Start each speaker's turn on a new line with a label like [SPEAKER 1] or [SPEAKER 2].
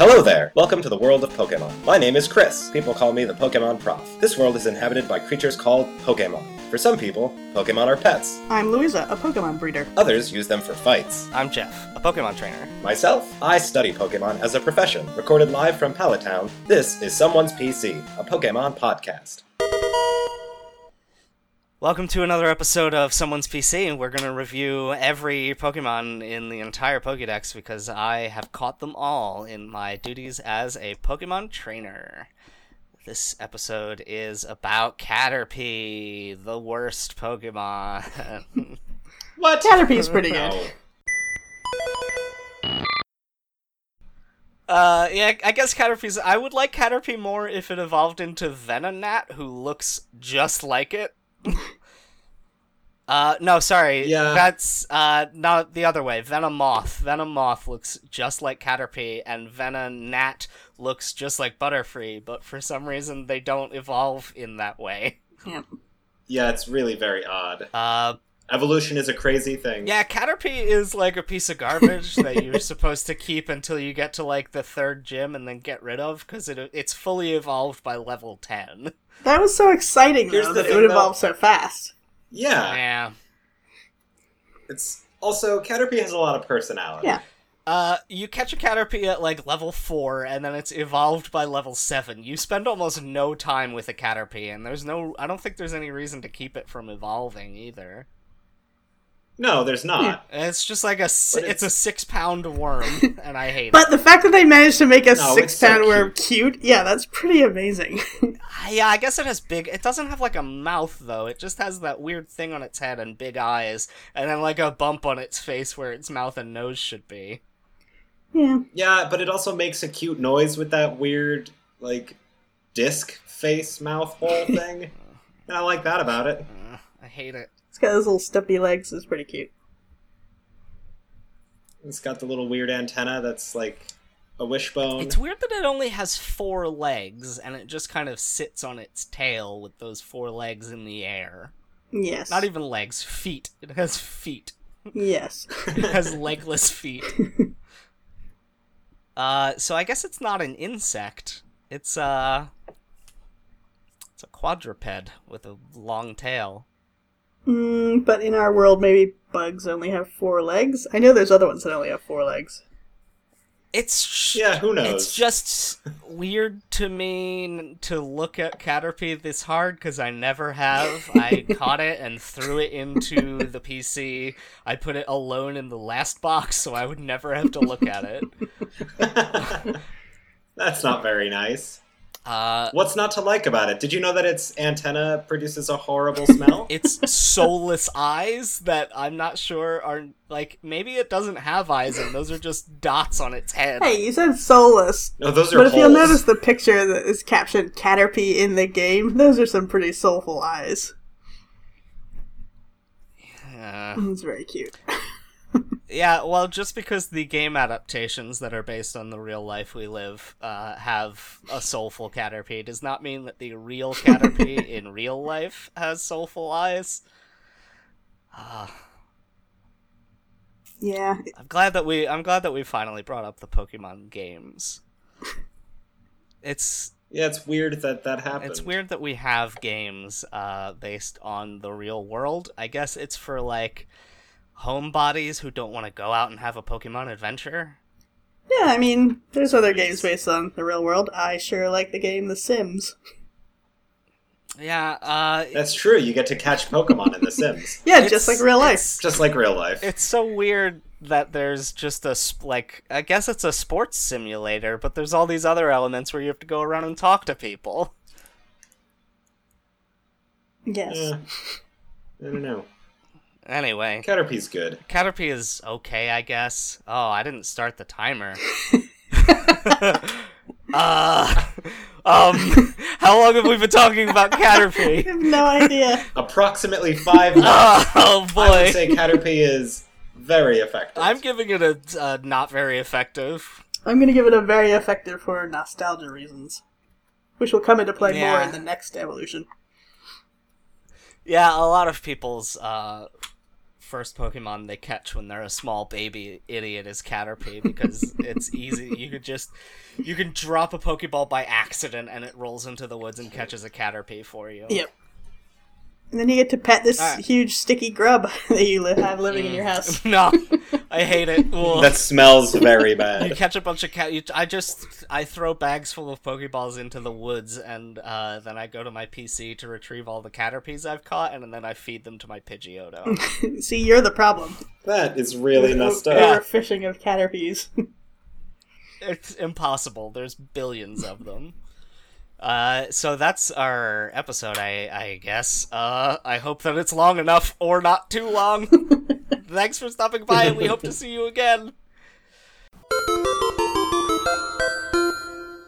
[SPEAKER 1] Welcome to the world of Pokemon. My name is Chris. People call me the Pokemon Prof. This world is inhabited by creatures called Pokemon. For some people, Pokemon are pets.
[SPEAKER 2] I'm Louisa, a Pokemon breeder.
[SPEAKER 1] Others use them for fights.
[SPEAKER 3] I'm Jeff, a Pokemon trainer.
[SPEAKER 1] Myself, I study Pokemon as a profession. Recorded live from Palatown, this is Someone's PC, a Pokemon podcast.
[SPEAKER 3] Welcome to another episode of Someone's PC, and we're going to review every Pokemon in the entire Pokedex because I have caught them all in my duties as a Pokemon trainer. This episode is about Caterpie, the worst Pokemon.
[SPEAKER 1] What?
[SPEAKER 2] Caterpie's pretty good.
[SPEAKER 3] Uh, yeah, I guess Caterpie's. I would like Caterpie more if it evolved into Venonat, who looks just like it. uh, no, sorry.
[SPEAKER 1] Yeah.
[SPEAKER 3] That's, uh, not the other way. Venomoth. Venomoth looks just like Caterpie, and Venonat looks just like Butterfree, but for some reason they don't evolve in that way.
[SPEAKER 1] Yeah, it's really very odd.
[SPEAKER 3] Uh,
[SPEAKER 1] Evolution is a crazy thing.
[SPEAKER 3] Yeah, Caterpie is like a piece of garbage that you're supposed to keep until you get to like the third gym and then get rid of because it it's fully evolved by level ten.
[SPEAKER 2] That was so exciting,
[SPEAKER 1] Here's
[SPEAKER 2] though,
[SPEAKER 1] the
[SPEAKER 2] that it
[SPEAKER 1] thing,
[SPEAKER 2] would
[SPEAKER 1] though.
[SPEAKER 2] evolve so fast.
[SPEAKER 1] Yeah.
[SPEAKER 3] Yeah.
[SPEAKER 1] It's also Caterpie has a lot of personality.
[SPEAKER 2] Yeah.
[SPEAKER 3] Uh, you catch a Caterpie at like level four and then it's evolved by level seven. You spend almost no time with a Caterpie, and there's no I don't think there's any reason to keep it from evolving either.
[SPEAKER 1] No, there's not.
[SPEAKER 3] It's just like a s-
[SPEAKER 1] But
[SPEAKER 3] it's
[SPEAKER 1] it's-
[SPEAKER 3] a six pound worm, and I hate it.
[SPEAKER 2] But the fact that they managed to make a
[SPEAKER 1] No, it's
[SPEAKER 2] six
[SPEAKER 1] so
[SPEAKER 2] pound worm cute, yeah, that's pretty amazing.
[SPEAKER 3] Yeah, I guess it has big. It doesn't have like a mouth though. It just has that weird thing on its head and big eyes, and then like a bump on its face where its mouth and nose should be.
[SPEAKER 2] yeah.
[SPEAKER 1] Yeah, but it also makes a cute noise with that weird, like, disc face mouth hole thing. And I like that about it.
[SPEAKER 3] Ugh, I hate it.
[SPEAKER 2] It's got those little stumpy legs, it's pretty cute.
[SPEAKER 1] It's got the little weird antenna that's like a wishbone.
[SPEAKER 3] It's weird that it only has four legs, and it just kind of sits on its tail with those four legs in the air.
[SPEAKER 2] Yes.
[SPEAKER 3] Not even legs, feet. It has feet.
[SPEAKER 2] Yes.
[SPEAKER 3] It has legless feet. Uh, so I guess it's not an insect. It's uh, it's a quadruped with a long tail.
[SPEAKER 2] Mm, but in our world, maybe bugs only have four legs. I know there's other ones that only have four legs.
[SPEAKER 3] It's
[SPEAKER 1] yeah, who knows?
[SPEAKER 3] It's just weird to me n- to look at Caterpie this hard because I never have. I caught it and threw it into the PC. I put it alone in the last box, so I would never have to look at it.
[SPEAKER 1] that's not very nice.
[SPEAKER 3] Uh,
[SPEAKER 1] What's not to like about it? Did you know that its antenna produces a horrible smell?
[SPEAKER 3] its soulless eyes that I'm not sure are like maybe it doesn't have eyes and those are just dots on its head.
[SPEAKER 2] Hey, you said soulless.
[SPEAKER 1] no, those are
[SPEAKER 2] But if you'll
[SPEAKER 1] holes.
[SPEAKER 2] notice the picture that is captioned Caterpie in the game, those are some pretty soulful eyes.
[SPEAKER 3] Uh,
[SPEAKER 2] It's very cute.
[SPEAKER 3] Yeah, well, just because the game adaptations that are based on the real life we live uh, have a soulful Caterpie does not mean that the real Caterpie in real life has soulful eyes. Ah,
[SPEAKER 2] Yeah,
[SPEAKER 3] I'm glad that we I'm glad that we finally brought up the Pokemon games. It's
[SPEAKER 1] Yeah, it's weird that that happened.
[SPEAKER 3] it's weird that we have games uh, based on the real world. I guess it's for like homebodies who don't want to go out and have a Pokemon adventure.
[SPEAKER 2] Yeah, I mean, there's other games based on the real world. I sure like the game The Sims.
[SPEAKER 3] Yeah, uh,
[SPEAKER 1] That's true. You get to catch Pokemon in The Sims,
[SPEAKER 2] Yeah,
[SPEAKER 3] It's-
[SPEAKER 2] just like real life.
[SPEAKER 1] just like real life.
[SPEAKER 3] It's so weird that there's just a sp- like I guess it's a sports simulator, but there's all these other elements where you have to go around and talk to people.
[SPEAKER 2] Yes.
[SPEAKER 1] Yeah. Eh, I don't know.
[SPEAKER 3] Anyway,
[SPEAKER 1] Caterpie's good.
[SPEAKER 3] Caterpie is okay, I guess. Oh, I didn't start the timer. uh, um, how long have we been talking about
[SPEAKER 2] I
[SPEAKER 3] Caterpie?
[SPEAKER 2] have no idea.
[SPEAKER 1] Approximately five minutes.
[SPEAKER 3] Oh boy,
[SPEAKER 1] I would say Caterpie is very effective.
[SPEAKER 3] I'm giving it a uh, not very effective.
[SPEAKER 2] I'm going to give it a very effective for nostalgia reasons, which will come into play more
[SPEAKER 3] Yeah.
[SPEAKER 2] in the next evolution.
[SPEAKER 3] Yeah, a lot of people's uh, first Pokemon they catch when they're a small baby idiot is Caterpie because it's easy. You could just you can drop a Pokeball by accident and it rolls into the woods and catches a Caterpie for you.
[SPEAKER 2] Yep. And then you get to pet this
[SPEAKER 3] Alright.
[SPEAKER 2] huge sticky grub that you li- have living in your
[SPEAKER 3] Mm.
[SPEAKER 2] house.
[SPEAKER 3] no, I hate it. Ugh.
[SPEAKER 1] That smells very
[SPEAKER 3] you
[SPEAKER 1] bad.
[SPEAKER 3] catch a bunch of cat. You, I just I throw bags full of Pokeballs into the woods, and uh, then I go to my PC to retrieve all the Caterpies I've caught, and then I feed them to my Pidgeotto.
[SPEAKER 2] See, you're the problem.
[SPEAKER 1] That is really messed
[SPEAKER 2] Over-
[SPEAKER 1] up.
[SPEAKER 2] overfishing of caterpies.
[SPEAKER 3] it's impossible. There's billions of them. Uh, so that's our episode, I, I guess. Uh, I hope that it's long enough or not too long. Thanks for stopping by, and we hope to see you again.